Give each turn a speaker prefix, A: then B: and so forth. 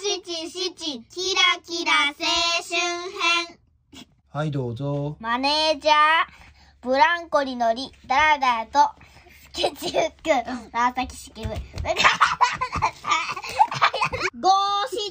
A: 七キラキラ青春編
B: はい、どうぞ。
A: マネージャーブランコに乗りダラダラとスケッチフック紫式部ゴーシ